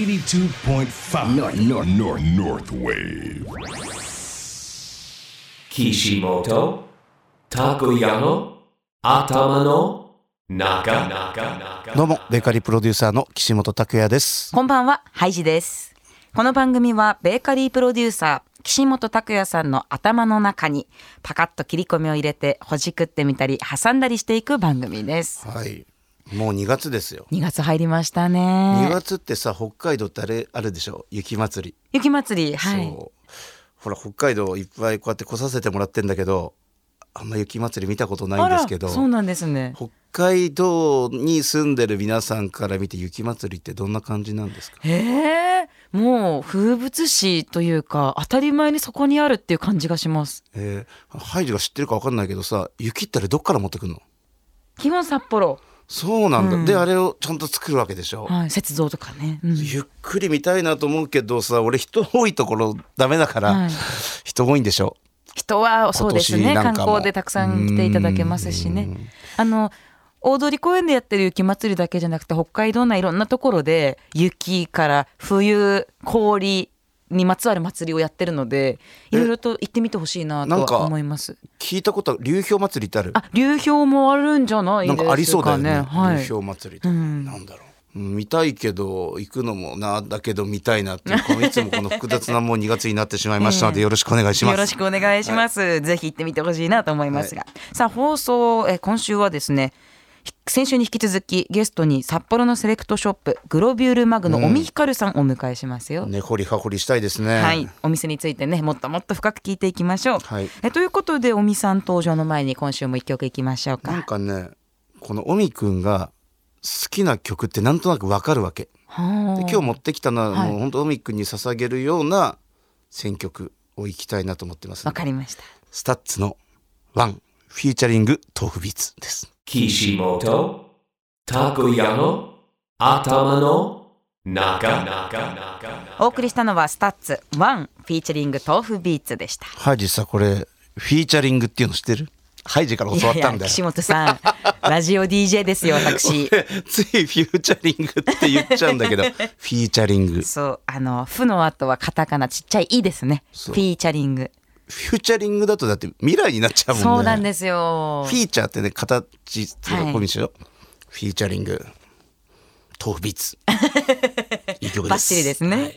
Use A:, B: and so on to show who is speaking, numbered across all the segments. A: 82.5 North, North, North, North Wave.
B: 岸本たこやの頭の中
C: どうも、ベーカリープロデューサーの岸本拓也です。
D: こんばんは、ハイジです。この番組はベーカリープロデューサー、岸本拓也さんの頭の中にパカッと切り込みを入れて、ほじくってみたり、挟んだりしていく番組です。
C: はい。もう2月ですよ。
D: 2月入りました
C: 2
D: ね。
C: 月ってさ、北海道ってあれ、あるでしょ雪祭り。
D: 雪祭り、はい。
C: そう。ほら、北海道いっぱいこうやって来させてもらってんだけど、あんま雪祭り見たことないんですけど、
D: そうなんですね。
C: 北海道に住んでる皆さんから見て雪祭りってどんな感じなんですか
D: へえ、もう風物詩というか、当たり前にそこにあるっていう感じがします。
C: えー、ハイジが知ってるか分かんないけどさ、雪ってあれどっから持ってくんの
D: 基本札幌、
C: そうなんだ。
D: うん
C: で、あれをちゃんと作るわけでしょ、
D: はい、雪像とかね。うん
C: ゆっくり見たいなと思うけどさ俺人多いところダメだから、
D: はい
C: 人多いんでしょ
D: 人はそうです
C: 今
D: ね
C: 年なん
D: 観
C: かも
D: 光でたくさん来ていただけますしねあの大通公園でやってる雪祭りだけじゃなくて北海道内いろんなところで雪から冬氷にまつわる祭りをやってるのでいろいろと行ってみてほしいな
C: な
D: と
C: んか
D: は思います
C: 聞いたことある流氷祭りってある
D: あ流氷もあるんじゃないで
C: な
D: す
C: ん
D: かね
C: かありそうだよね
D: はい
C: 流氷祭りとか、
D: うん
C: なんだろううん見たいけど行くのもなだけど見たいなっていうこのいつもこの複雑なもう2月になってしまいましたので
D: ええ
C: よろしくお願いします。
D: よろしくお願いします。ぜひ行ってみてほしいなと思いますが、さあ放送えー今週はですね。ひ先週に引き続きゲストに札幌のセレクトショップグロビュールマグの尾身ひかるさんをお迎えしますよ。
C: ね掘り葉掘りしたいですね。
D: はい、お店についてねもっともっと深く聞いていきましょう。
C: はい
D: えということで尾身さん登場の前に今週も一曲いきましょうか。
C: なんかねこのおみくんが好きな曲ってなんとなくわかるわけ。
D: はあ
C: で今日持ってきたのは、
D: はい
C: もう本当オミックに捧げるような選曲をいきたいなと思ってます
D: わかりました。
C: スタッツのワンフィーチャリング豆腐ビーツです
B: 岸本たこやの頭の中
D: お送りしたのはスタッツワンフィーチャリング豆腐ビーツでした。
C: ハイジさこれフィーチャリングっていうの知ってるハイジから教わったん
D: いやい
C: だ
D: や
C: よ
D: 岸本さんラジオ DJ ですよ私。
C: ついフューチャリングって言っちゃうんだ けどフィーチャリングフ
D: そう、あの、ふの後はカタカナちっちゃいいですね。フ
C: そう
D: ィーチャリング。
C: ューチャリングだとだって未来になっちゃうもんね
D: そうなんですよ
C: フ。ィーチャーってね形っていう
D: は
C: かこういう
D: い
C: 意味でしょ、フィーチャリング豆腐ビー ツいい曲です
D: バッチリですね。はい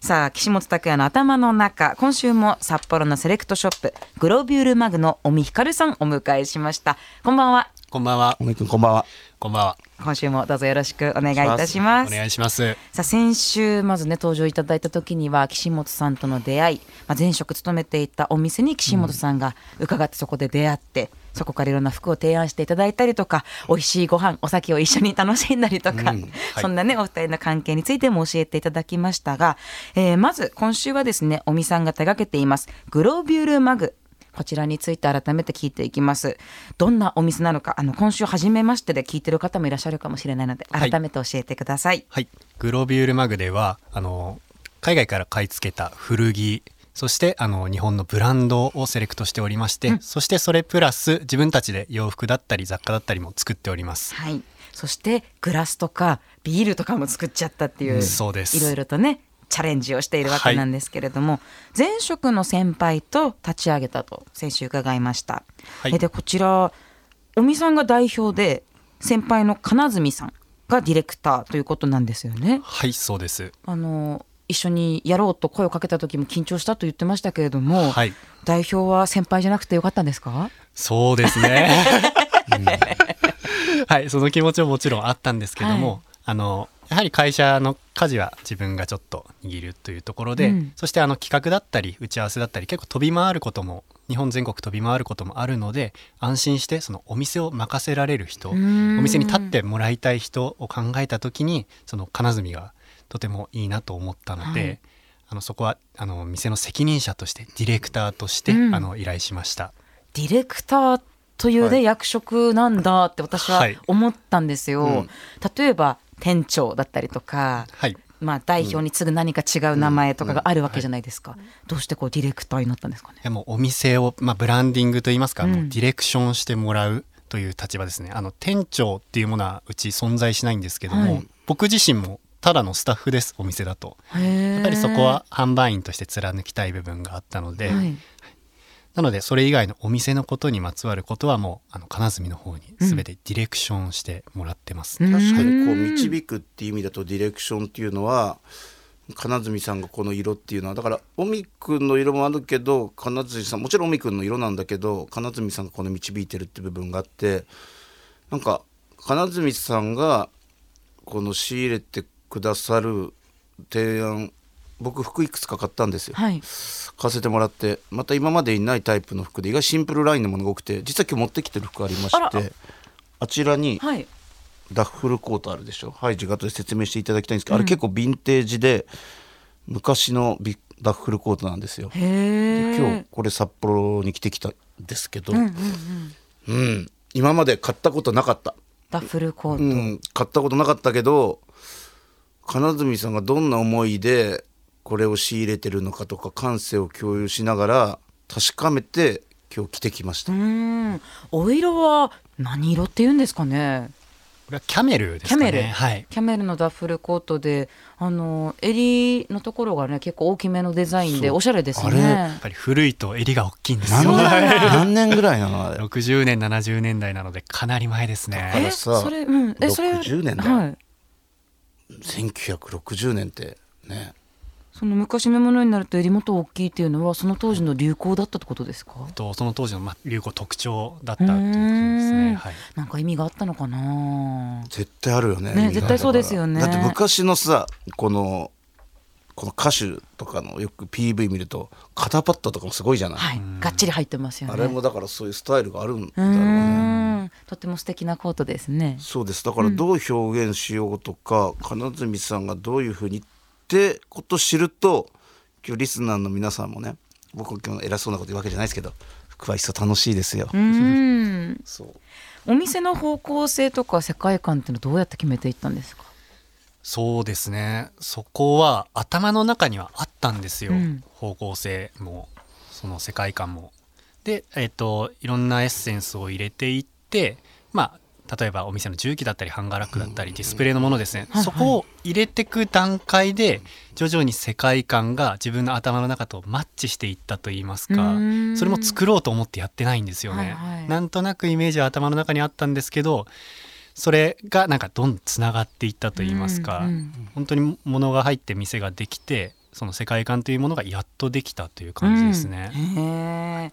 D: さあ岸本拓也の頭の中今週も札幌のセレクトショップグロビュールマグの尾身ひかるさんお迎えしましたこんばんは
E: こんばんは。
C: おみくんこんばんは
E: こんばんは。
D: 今週もどうぞよろしくお願いいたし
E: お
D: ます
E: 願いします。
D: さあ先週まずね登場いただいた時には岸本さんとの出会い、まあ、前職勤めていたお店に岸本さんが伺ってそこで出会って、そこからいろんな服を提案していただいたりとか美味しいご飯お酒を一緒に楽しんだりとか、そんなねお二人の関係についても教えていただきましたが、えーまず今週はですね尾身さんが手掛けていますグロビュールマグこちらについて改めて聞いていきますどんなお店なのかあの今週初めましてで聞いてる方もいらっしゃるかもしれないので
E: はい
D: 改めて教えてください
E: はい。グロビュールマグでは、あの、海外から買い付けた古着、そして、あの、日本のブランドをセレクトしておりまして、そしてそれプラス、自分たちで洋服だったり雑貨だったりも作っております。
D: はい。そしてグラスとかビールとかも作っちゃったっていう、
E: うんそうです
D: いろいろとねチャレンジをしているわけなんですけれども、前職の先輩と立ち上げたと先週伺いました。
E: はい
D: えでこちら尾身さんが代表で先輩の金積さんがディレクターということなんですよね。
E: はい、そうです。
D: あの一緒にやろうと声をかけた時も緊張したと言ってましたけれども、
E: はい
D: 代表は先輩じゃなくてよかったんですか
E: そうですね。はい、その気持ちももちろんあったんですけども、
D: はい
E: あのやはり会社の家事は自分がちょっと握るというところで、
D: うん
E: そしてあの企画だったり打ち合わせだったり結構飛び回ることも日本全国飛び回ることもあるので安心してそのお店を任せられる人お
D: ん
E: 店に立ってもらいたい人を考えた時にその金積がとてもいいなと思ったので、
D: はい
E: あのそこはあの店の責任者としてディレクターとして、
D: うん
E: あの依頼しました。
D: ディレクターというね、
C: はい
D: 役職なんだって私は
E: はい
D: 思ったんですよ、
C: うん
D: 例えば店長だったりとか、
E: はい
D: まあ、代表に次ぐ何か違う名前とかがあるわけじゃないですか、どうしてこうディレクターになったんですかね
E: いやもうお店を、まあ、ブランディングといいますか、
D: うん
E: もうディレクションしてもらうという立場ですねあの店長っていうものはうち存在しないんですけども、
D: はい
E: 僕自身もただのスタッフですお店だとや
D: や
E: っぱりそこは販売員として貫きたい部分があったので、
D: はい
E: なのでそれ以外のお店のことにまつわることはもうあの金積の方に全てディレクションしてもらってます、
D: うん
C: 確かにこう導くっていう意味だとディレクションっていうのは金積さんがこの色っていうのはだから尾身君の色もあるけど金積さんもちろん尾身君の色なんだけど金積さんがこの導いてるって部分があってなんか金積さんがこの仕入れてくださる提案僕服いくつか買ったんですよ。
D: はい
C: 買わせてもらってまた今までにないタイプの服で意外シンプルラインのものが多くて実は今日持ってきてる服ありま
D: あら
C: してあちらに
D: はい
C: ダッフルコートあるでしょはい自後で説明していただきたいんですけど、あれ結構ヴィンテージで昔のビダッフルコートなんですよ
D: へ
C: で
D: え
C: 今日これ札幌に着てきたんですけどうん今まで買ったことなかった、
D: ダッフルコー
C: う
D: ト、
C: ん、買ったことなかったけど金積さんがどんな思いでこれを仕入れてるのかとか感性を共有しながら確かめて今日着てきました、
D: うーん、お色は何色って言うんですかね。
E: これはキャメルです
D: キャ
E: かね
D: メル、
E: はい
D: キャメルのダッフルコートで、あの襟のところがね、結構大きめのデザインでおしゃれです
C: あ
E: やっ
D: ね。
E: ぱり古いと襟が大きいんです
C: 何
E: よ
C: 年何年ぐらいなのあれ
E: 60年70年代なのでかなり前です
C: だか
E: ね
C: らさ
D: それ、うん、え、それ、
C: 60年だよ
D: はい。
C: 1960年ってね
D: その昔のものになると襟元大きいっていうのは、その当時の流行だったってことですか。
E: とその当時のまあ流行特徴だったということです
D: うーん
E: ね、はい、
D: なんか意味があったのかな。
C: 絶対あるよね
D: ね
C: 意味が
D: 絶対そうですよね
C: だって昔のさこのこの歌手とかのよく PV 見ると肩パッドとかもすごいじゃない、
D: はい、がっちり入ってますよね。
C: あれもだからそういうスタイルがあるんだ
D: う
C: ろうね
D: ーん、とても素敵なコートですね。
C: そうですだからどう表現しようとか、金積さんがどういうふうにってことを知ると今日リスナーの皆さんもね僕今日偉そうなこと言うわけじゃないですけど福は一層楽しいですよ、
D: うーん。
C: そう
D: お店の方向性とか世界観っていうのはどうやって決めていったんですか。
E: そうですねそこは頭の中にはあったんですよ、
D: うん
E: 方向性もその世界観も。で、えっといろんなエッセンスを入れていってまあ例えばお店の重機だったりハンガーラックだったりディスプレイのものですね、
D: はいはい
E: そこを入れてく段階で徐々に世界観が自分の頭の中とマッチしていったといいますか
D: うーん
E: それも作ろうと思ってやってないんですよね。
D: はいはい
E: なんとなくイメージは頭の中にあったんですけどそれがなんかどんどんつながっていったといいますか、
D: うんうん
E: 本当に物が入って店ができてその世界観というものがやっとできたという感じですね。
D: うんへえ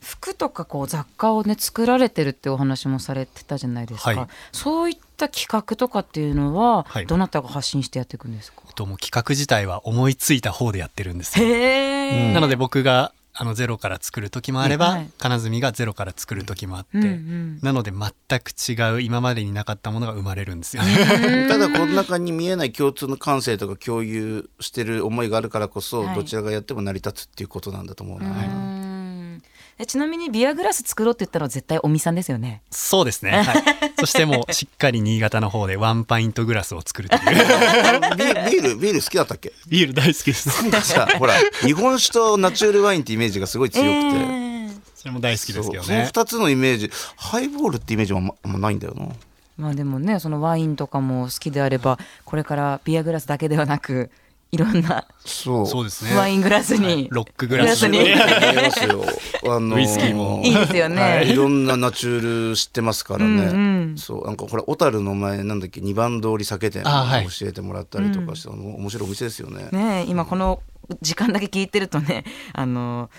D: 服とかこう雑貨をね作られてるってお話もされてたじゃないですか。
E: はい
D: そういった企画とかっていうのは、
E: はい
D: どなたが発信してやっていくんですか。
E: ともう企画自体は思いついた方でやってるんですよ。
D: へえ。
E: なので僕があのゼロから作る時もあれば、
D: はい
E: 金積がゼロから作る時もあって、
D: うんうん
E: なので全く違う今までになかったものが生まれるんですよね。
C: ただこの中に見えない共通の感性とか共有してる思いがあるからこそ、
D: はい
C: どちらがやっても成り立つっていうことなんだと思うな、
D: うーんえちなみにビアグラス作ろうって言ったのは絶対おみさんですよね。
E: そうですね、はい、そしてもうしっかり新潟の方でワンパイントグラスを作るという
C: ビービールビール好きだったっけ
E: ビール大好きです
C: なんかさほら日本酒とナチュラルワインってイメージがすごい強くて、
D: えー
E: それも大好きですけ
C: そ
E: ど
C: うその
E: ね
C: 2つのイメージハイボールってイメージもあんまあんまないんだよな
D: まあでもねそのワインとかも好きであればこれからビアグラスだけではなくいろんな
C: そう
E: そう
C: で
E: ですね
D: ワイングラスに
E: ロックグラス
D: グラスに
C: ますよ、あの
E: ウイスキーも
D: いいですよね
C: はいいろんなナ チュール知ってますからね
D: うんうん
C: そうなんかほら小樽の前なんだっけ二番通り酒店
E: あはい
C: 教えてもらったりとかして、あの面白いお店ですよね
D: ねえ今この時間だけ聞いてるとねあの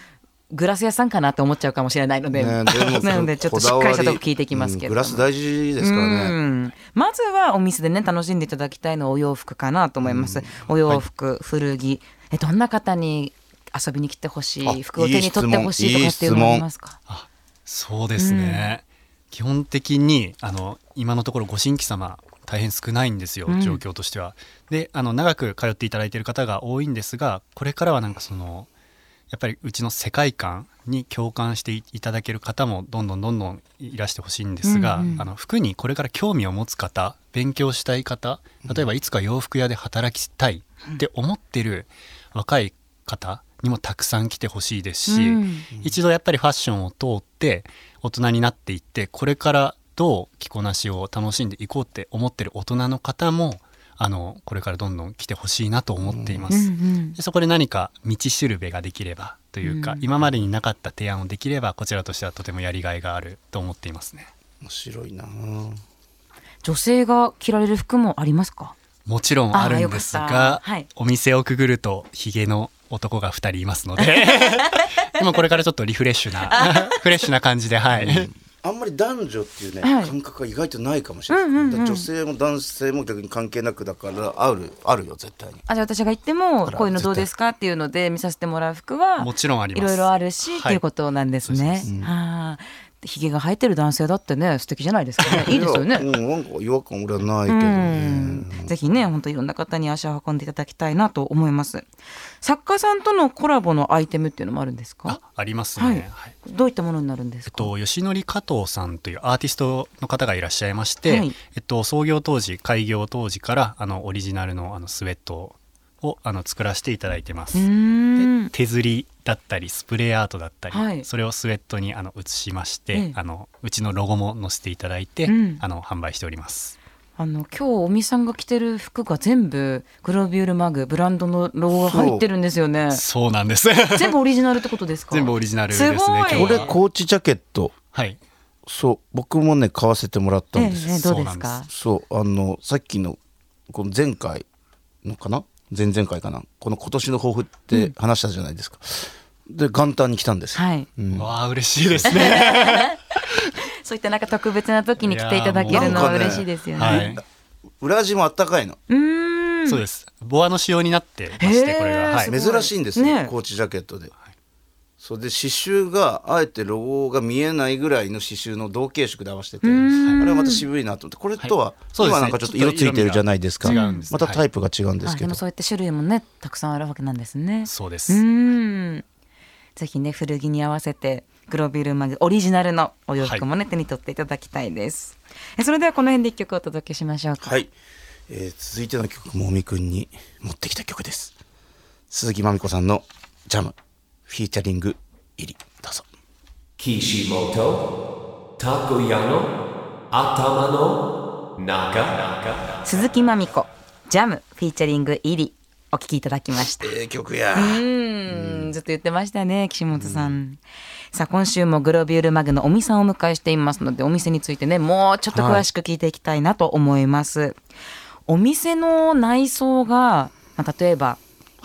D: グラス屋さんかなって思っちゃうかもしれないので,、
C: ねでも
D: なのでちょっとしっかりしたとこ聞いてきますけ
C: うん
D: ど、
C: グラス大事ですからね、
D: うんまずはお店でね楽しんでいただきたいのはお洋服かなと思います、お洋服、古着えどんな方に遊びに来てほしい
C: あ
D: 服を手に取ってほしいとかっていうのはありますか
E: あそうですね、基本的にあの今のところご新規様大変少ないんですよ、
D: うん
E: 状況としては。であの長く通っていただいている方が多いんですがこれからはなんかそのやっぱりうちの世界観に共感していただける方もどんどんどんどんいらしてほしいんですが、
D: うんうん
E: あの服にこれから興味を持つ方勉強したい方例えばいつか洋服屋で働きたいって思ってる若い方にもたくさん来てほしいですし、
D: うん
E: 一度やっぱりファッションを通って大人になっていってこれからどう着こなしを楽しんでいこうって思ってる大人の方もあのこれからどんどん来てほしいなと思っています。でそこで何か道しるべができればというか、今までになかった提案をできればこちらとしてはとてもやりがいがあると思っていますね。
C: 面白いな
D: 女性が着られる服もありますか
E: もちろんあるんです
D: あーよかっ
E: が、
D: たはい
E: お店をくぐるとヒゲの男が2人いますので 今これからちょっとリフレッシュなフレッシュな感じではい、
C: あんまり男女っていうね、
D: はい
C: 感覚が意外とないかもしれない、だから女性も男性も逆に関係なくだからあるあるよ絶対に
D: あじゃあ私が行ってもこういうのどうですかっていうので見させてもらう服は
E: もちろんあります
D: いろいろあるし、
E: はい
D: っていうことなんですね。はあ、ひげが生えてる男性だってね素敵じゃない ですかね。いいですよ
C: う
D: ね。
C: んなんか違和感俺はないけど
D: うん
C: ね、
D: ぜひね本当いろんな方に足を運んでいただきたいなと思います。作家さんとのコラボのアイテムっていうのもあるんですか
E: あ。ありますね、
D: はい
E: はい
D: どういったものになるんで
E: え
D: す
E: っ
D: か。
E: と、吉典加藤さんというアーティストの方がいらっしゃいまして、
D: はい
E: えっと、創業当時開業当時からあのオリジナルのあのスウェットをあの作らせていただいてます、
D: うーん
E: 手刷りだったりスプレーアートだったり、
D: はい
E: それをスウェットにあの写しまして、
D: ええ
E: あのうちのロゴも載せていただいて、
D: うん
E: あの販売しております
D: あの今日おみさんが着てる服が全部グロービュールマグブランドのロゴが入ってるんですよね。
E: そうなんです
D: 全部オリジナルってことですか。
E: 全部オリジナルですね
D: すごい
E: 今日は
C: これコーチジャケット
E: はい
C: そう僕もね買わせてもらったんですよ、
D: ええええどう
E: そ
D: で
E: うな
D: す
E: んです
D: か。
C: そうあのさっきのこの前回のかな前々回かなこの今年の抱負って話したじゃないですか、で元旦に来たんですよ、
D: はい。
E: わあ嬉しいですね
D: そういったなんか特別な時に来ていただけるのは嬉しいですよね。
E: はい
C: 裏地もあったかいの
D: うーん。
E: そうですボアの仕様になってましてこれ
D: へえ
E: が、は
D: す
E: い
D: ご、い
C: 珍しいんですよ、
D: ね
C: コーチジャケットで。それで刺繍があえてロゴが見えないぐらいの刺繍の同系色で合わせててあれはまた渋いなと思ってこれとは、
E: そうですね
C: 今なんかちょっと色ついてるじゃないですか
E: ちょっと色味が違うんです
C: またタイプが違うんです
D: あ
C: け
D: で
C: ど、
D: もそういった種類もねたくさんあるわけなんですね。
E: そうで
D: う
E: す、
D: ーん。ぜひね古着に合わせてグロービルマグオリジナルのお洋服もね、手に取っていただきたいです。えそれではこの辺で一曲お届けしましょうか。
C: はい、えー続いての曲もおみくんに持ってきた曲です鈴木まみこさんの「ジャム」フィーチャリング入りどうぞ。
B: Kishimoto Takoyano Atamano Naga
D: 鈴木まみこジャムフィーチャリング入りお聞きいただきました。
C: ええ曲や
D: うん、ずっと言ってましたね岸本さん、さあ今週もグロビュールマグのお店をお迎えしていますのでお店についてねもうちょっと詳しく聞いていきたいなと思います、お店の内装が、まあ、例えば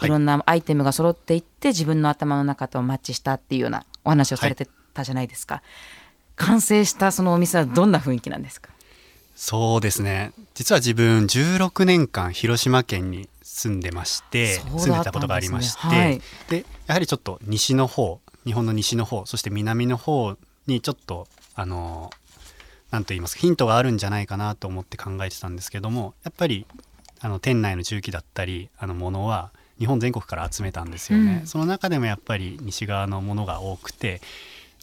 D: いろんなアイテムが揃っていって自分の頭の中とマッチしたっていうようなお話をされてたじゃないですか、完成したそのお店はどんな雰囲気なんですか
E: そうですね実は自分16年間広島県に住んでまして
D: そうだったんですね
E: 住んでたことがありまして
D: はい
E: でやはりちょっと西の方日本の西の方そして南の方にちょっとあのなんと言いますかヒントがあるんじゃないかなと思って考えてたんですけどもやっぱりあの店内の重機だったりあのものは日本全国から集めたんですよね、その中でもやっぱり西側のものが多くて、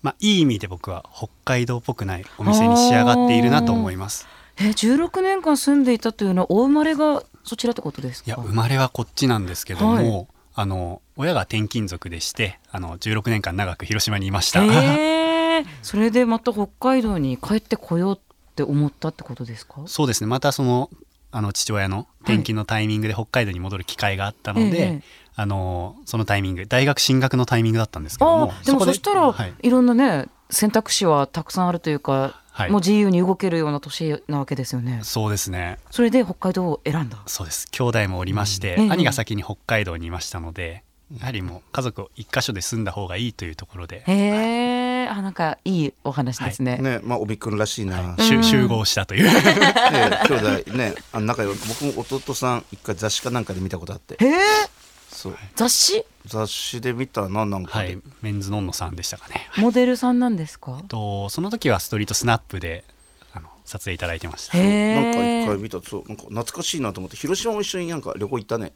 E: まあ、いい意味で僕は北海道っぽくないお店に仕上がっているなと思います。
D: え16年間住んでいたというのはお生まれがそちらってことですか
E: いや生まれはこっちなんですけども、あの親が転勤族でしてあの16年間長く広島にいました、
D: えー、 それでまた北海道に帰ってこようって思ったってことですか
E: そうですねまたそのあの父親の転勤のタイミングで北海道に戻る機会があったので、
D: ええ
E: あのそのタイミング大学進学のタイミングだったんですけど
D: あ
E: も
D: ーでも
E: こ
D: そしたら、
E: はい
D: い、ろんなね選択肢はたくさんあるというか、
E: はい
D: もう自由に動けるような年なわけですよね
E: そうですね
D: それで北海道を選んだ
E: そうです兄弟もおりまして、
D: うんええ
E: 兄が先に北海道にいましたのでやはりもう家族を一箇所で住んだ方がいいというところで、
D: へえー、あなんかいいお話ですね、
C: ねまあおみくんらしいな、
E: しゅ集合したという、
C: ね兄弟ねあの仲良い僕も弟さん一回雑誌かなんかで見たことあって
D: へえ
C: そう
D: 雑誌
C: 雑誌で見たななんか
E: は
C: で、
E: いメンズノンノさんでしたかね
D: モデルさんなんですか、
E: とその時はストリートスナップであの撮影いただいてました
D: へ
C: なんか
D: え
C: 一回見たそうなんか懐かしいなと思って広島も一緒になんか旅行行ったね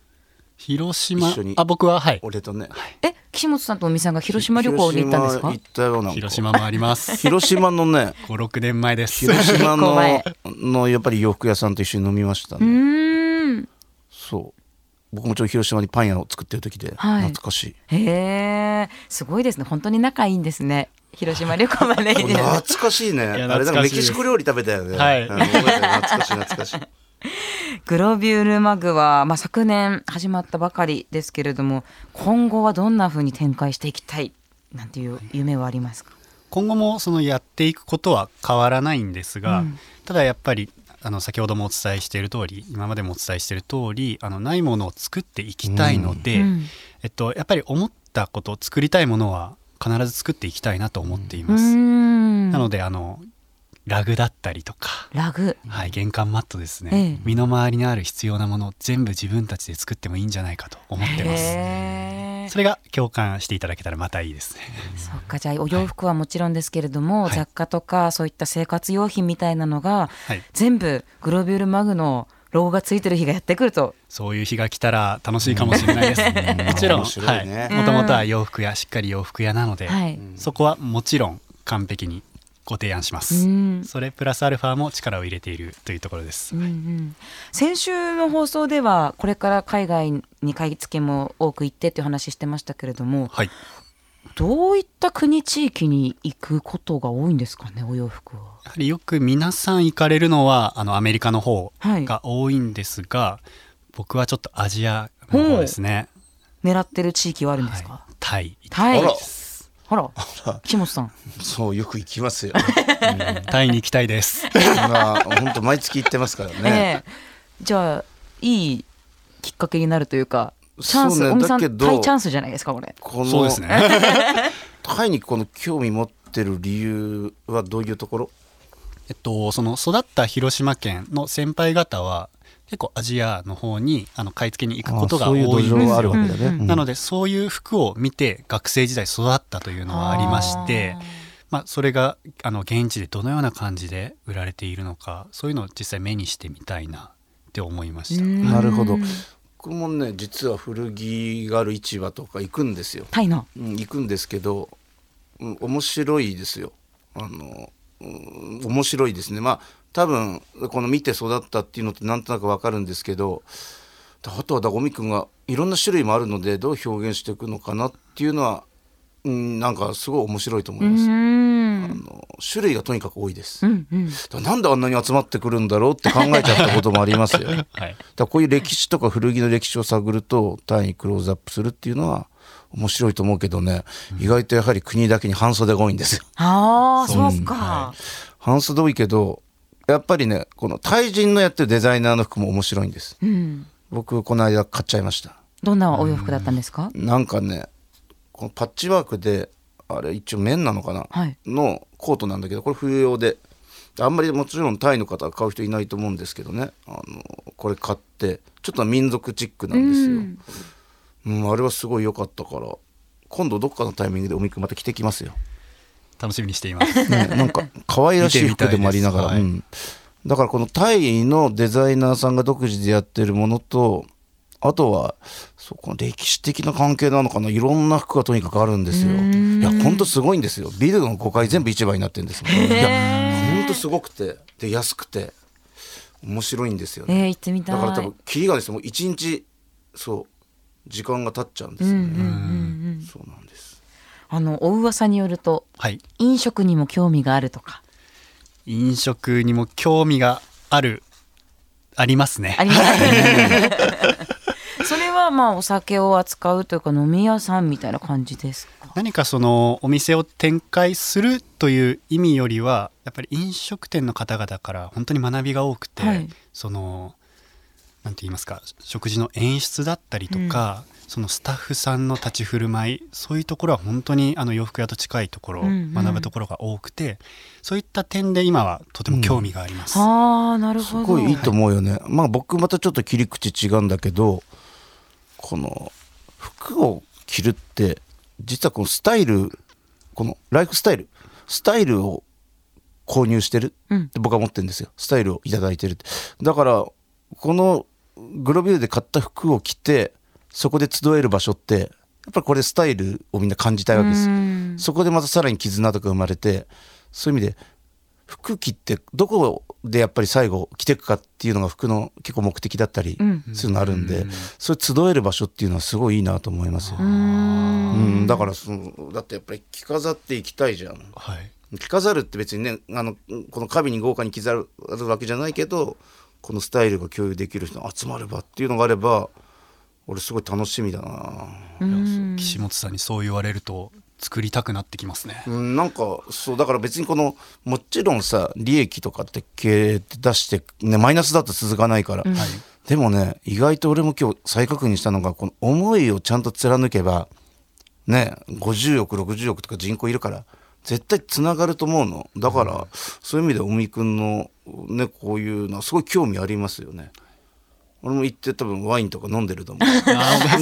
E: 広島
C: 一緒に
E: あ僕ははい
C: 俺とね
D: え岸本さんとおみさんが広島旅行に行ったんですか
C: 広島行ったような
E: 広島もあ ります
C: 広島のね
E: 56年前です
C: 広島
D: 結構
C: の
D: 前
C: のやっぱり洋服屋さんと一緒に飲みました
D: う
C: ね
D: ーん
C: そう僕もちょっと広島にパン屋を作ってる時で、
D: はい
C: 懐かしい
D: へえ、すごいですね。本当に仲いいんですね。広島旅行まで。
C: 懐かしいね
E: いや
C: あれなんか
E: 懐か
C: メ
E: しいで
C: キ
E: す
C: シコ料理食べたよね、
E: はい
C: うん覚えてる懐かしい懐かしい
D: グロビュールマグは、まあ、昨年始まったばかりですけれども今後はどんなふうに展開していきたいなんていう夢はありますか、
E: 今後もそのやっていくことは変わらないんですが、
D: うん
E: ただやっぱりあの先ほどもお伝えしている通り今までもお伝えしている通りあのないものを作っていきたいので、
D: うん
E: えっと、やっぱり思ったこと作りたいものは必ず作っていきたいなと思っています。
D: ん
E: なのであのラグだったりとか、
D: ラグ
E: はい、玄関マットですね、
D: ええ
E: 身の回りにある必要なものを全部自分たちで作ってもいいんじゃないかと思ってます。
D: へー
E: それが共感していただけたらまたいいですね。
D: そっかじゃあお洋服はもちろんですけれども、
E: はい
D: 雑貨とかそういった生活用品みたいなのが、
E: はい
D: 全部グロビュールマグのロゴがついてる日がやってくると
E: そういう日が来たら楽しいかもしれないです。もちろん、
C: 面白いね
E: はい、もともとは洋服屋、しっかり洋服屋なので、
D: はい
E: そこはもちろん完璧にご提案します。
D: うん
E: それプラスアルファも力を入れているというところです。
D: うんうん先週の放送ではこれから海外に買い付けも多く行ってっていう話してましたけれども
E: はい、
D: どういった国地域に行くことが多いんですかねお洋服は。
E: やはりよく皆さん行かれるのはあのアメリカの方
D: はい
E: が多いんですが、僕はちょっとアジアの方ですね。
D: 狙ってる地域はあるんで
E: は
D: す
E: い
D: か、
E: タイ、
D: タイ
C: あら
D: あら岸本さん
C: そうよく行きます よ。
E: タイに行きたいです。
C: まあ本当毎月行ってますからね。
D: ええじゃあいいきっかけになるというかチャンス、
C: そうね
D: おみさん
C: だけど
D: 大チャンスじゃない ですかこれ
C: この
E: そうですね。
C: タイにこの興味持ってる理由はどういうところ？
E: えっと、その育った広島県の先輩方は結構アジアの方にあの買い付けに行くことが多いんですよ。
C: けだね
D: うん
E: なのでそういう服を見て学生時代育ったというのはありまして
D: あー
E: まあ、それがあの現地でどのような感じで売られているのかそういうのを実際目にしてみたいなって思いました。
D: うん
C: なるほど。僕もね実は古着がある市場とか行くんですよ。
D: タイの
C: うん、行くんですけど、うん、面白いですよあの、うん、面白いですねまあ多分この見て育ったっていうのってなんとなくわかるんですけどあとはだゴミ君がいろんな種類もあるのでどう表現していくのかなっていうのは、うん、なんかすごい面白いと思います、
D: うん
C: あの種類がとにかく多いです、
D: うんうん
C: だからなんであんなに集まってくるんだろうって考えちゃったこともあります よだか
E: はい、
C: らこういう歴史とか古着の歴史を探ると単位クローズアップするっていうのは面白いと思うけどね、意外とやはり国だけに半袖が多いんですよ
D: ああ
E: そう
D: そ
E: です
D: うか、
C: 半袖多いけどやっぱりねこのタイ人のやってるデザイナーの服も面白いんです
D: うん
C: 僕この間買っちゃいました
D: どんなお洋服だったんですか
C: なんかねこのパッチワークであれ一応綿なのかな、
D: はい
C: のコートなんだけどこれ冬用であんまりもちろんタイの方は買う人いないと思うんですけどねあのこれ買ってちょっと民族チックなんですよ、うんあれはすごい良かったから今度どっかのタイミングでおみくまた着てきますよ、
E: 楽しみにしています。
C: ね、なんか可愛らしい服でもありながら、
E: 見てみたいですはい
C: うんだからこのタイのデザイナーさんが独自でやってるものとあとはそこの歴史的な関係なのかないろんな服がとにかくあるんですよいやほんとすごいんですよビルの5階全部市場になってるんですもんいやほんとすごくてで安くて面白いんですよね
D: えー、行ってみた
C: だ
D: い
C: から多分キリがですねもう1日そう時間が経っちゃうんですよね、そうなんです
D: あのお噂によると
E: はい、
D: 飲食にも興味があるとか
E: 飲食にも興味があるありますね
D: あ。ります。それはまあお酒を扱うというか飲み屋さんみたいな感じですか。
E: 何かそのお店を展開するという意味よりはやっぱり飲食店の方々から本当に学びが多くて、
D: はい
E: そのなんて言いますか食事の演出だったりとか、そのスタッフさんの立ち振る舞いそういうところは本当にあの洋服屋と近いところ、
D: うんうん
E: 学ぶところが多くてそういった点で今はとても興味があります。
D: ああなる
C: す
D: ほど。
C: ごいいいと思うよね、まあ僕またちょっと切り口違うんだけどこの服を着るって実はこのスタイルこのライフスタイルスタイルを購入してるって僕は思ってるんですよスタイルを頂いただいてるってだからこのグロビューで買った服を着てそこで集える場所ってやっぱりこれスタイルをみんな感じたいわけですよそこでまたさらに絆とか生まれてそういう意味で服着ってどこでやっぱり最後着てくかっていうのが服の結構目的だったりするのあるんで、それ集える場所っていうのはすごいいいなと思いますよ。うんだからそのだってやっぱり着飾っていきたいじゃん。
E: はい
C: 着飾るって別にねあのこの花瓶に豪華に飾るわけじゃないけどこのスタイルが共有できる人が集まればっていうのがあれば俺すごい楽しみだな、
E: 岸本さんにそう言われると作りたくなってきますね、
C: うん、なんかそうだから別にこのもちろんさ利益とかって経営って出して、ね、マイナスだと続かないから、でもね意外と俺も今日再確認したのがこの思いをちゃんと貫けばね50億60億とか人口いるから絶対つながると思うのだから、そういう意味で尾身君の、ね、こういうのはすごい興味ありますよね。俺も行って多分ワインとか飲んでると思う。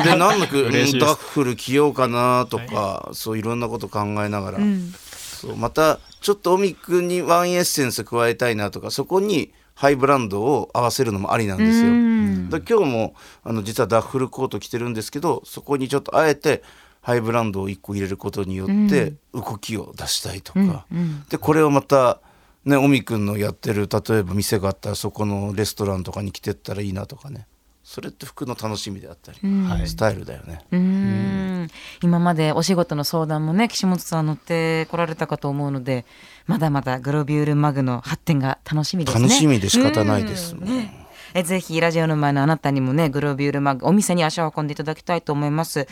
C: で何のくうんダ
E: 嬉しいです
C: ッフル着ようかなとか、そういろんなこと考えながら、そうまたちょっとオミクにワインエッセンス加えたいなとかそこにハイブランドを合わせるのもありなんですよ。だ今日もあの実はダッフルコート着てるんですけどそこにちょっとあえてハイブランドを1個入れることによって動きを出したいとか、でこれをまたねオミ君のやってる例えば店があったらそこのレストランとかに来てったらいいなとかねそれって服の楽しみであったり、
E: はい
C: スタイルだよね。
D: うーん今までお仕事の相談もね岸本さん乗ってこられたかと思うのでまだまだグロビュールマグの発展が楽しみですね。
C: 楽しみで仕方ないです
D: うんねえぜひラジオの前のあなたにもねグロビュールマグお店に足を運んでいただきたいと思います、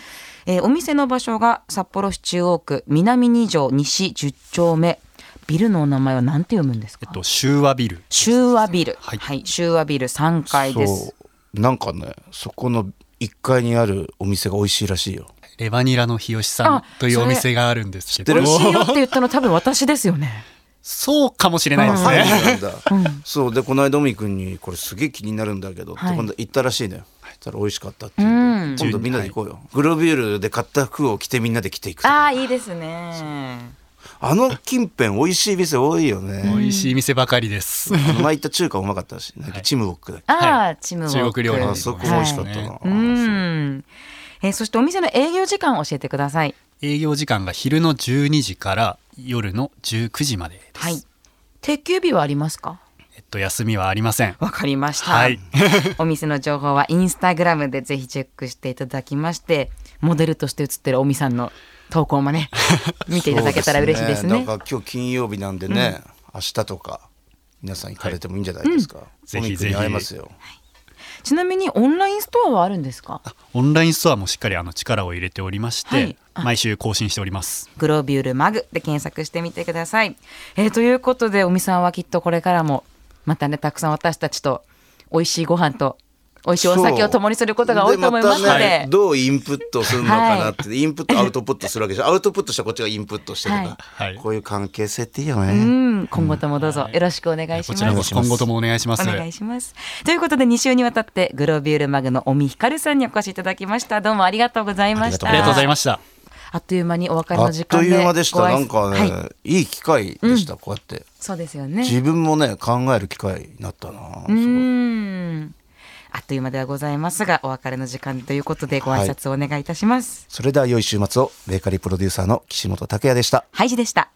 D: えーお店の場所が札幌市中央区南2条西10丁目ビルのお名前は何て読むんです
E: え
D: か
E: っと修和ビル
D: シュワビルは、
E: はいい
D: シュワビル3階です
C: そうなんかねそこの1階にあるお店が美味しいらしいよ
E: レバニラの日吉さんというお店があるんですけ
C: あそ
E: ど
C: れ
D: 美味しいよって言ったの多分私ですよ ね
E: そうかもしれないです
C: あ
E: ね
C: そう なんだそうでこの間海君にこれすげえ気になるんだけど、って
D: はい
C: 今度行ったらしいのよそしたら美味しかったって言うんで今度みんなで行こうよ、グロビュールで買った服を着てみんなで着ていくとか
D: ああいいですね
C: あの近辺美味しい店多いよね
E: 美味しい店ばかりです
C: あの前行った中華うまかったしなんかチムボックだっけ、
D: ああ、
E: はい
D: チムを
E: 中国料理
C: あそこ美味しかったな、
E: は
D: うんえーそしてお店の営業時間を教えてください
E: 営業時間が昼の12時から夜の19時までです、
D: はい定休日はありますか
E: えっと休みはありません
D: わかりました、
E: はい
D: お店の情報はインスタグラムでぜひチェックしていただきましてモデルとして写ってるおみさんの投稿も ね見ていただけたら嬉しいです
C: そう
D: ね
C: だから今日金曜日なんでね、明日とか皆さん行かれてもいいんじゃないですか。
E: ぜひぜ
C: お肉に
E: ひ
C: 会えますよ。
D: ちなみにオンラインストアはあるんですか
E: オンラインストアもしっかりあの力を入れておりまして、
D: はいあ
E: 毎週更新しております
D: グロービュールマグで検索してみてください。えーということで、おみさんはきっとこれからも、またね、たくさん私たちと、美味しいご飯と、美味しいお酒を共にすることが多いと思いますの
C: でた
D: で、
C: ねどうインプットするのかなって、インプットアウトプットするわけでしょ。アウトプットしたこっちがインプットしてるから、
E: はい
C: こういう関係性っていいよ
D: う
C: ね。
D: ん、今後ともどうぞよろしくお願いし
E: こ
D: ま
E: ち
D: す。
E: らも
C: します
E: 今後ともお願いします
D: お願いします。ということで、2週にわたって、グロービュールマグの尾身ひかるさんにお越しいただきました。どうもありがとうございました。
E: ありがとうござい
D: ま
E: ました
D: す。あっという間にお別れ
C: あ
D: の
C: っ
D: 時間
C: と
D: で
C: いう間でした。
D: ご挨
C: な
D: 拶
C: んかね、
D: はい、
C: い、い機会でした。こうやって
D: そうですよね。
C: 自分もね考える機会になったな。すご
D: う
C: い
D: ーんあっという間ではございますがお別れの時間ということでご挨拶をお願いいたします。
C: それでは良い週末をベーカリープロデューサーの岸本拓也でした。
D: ハイジでした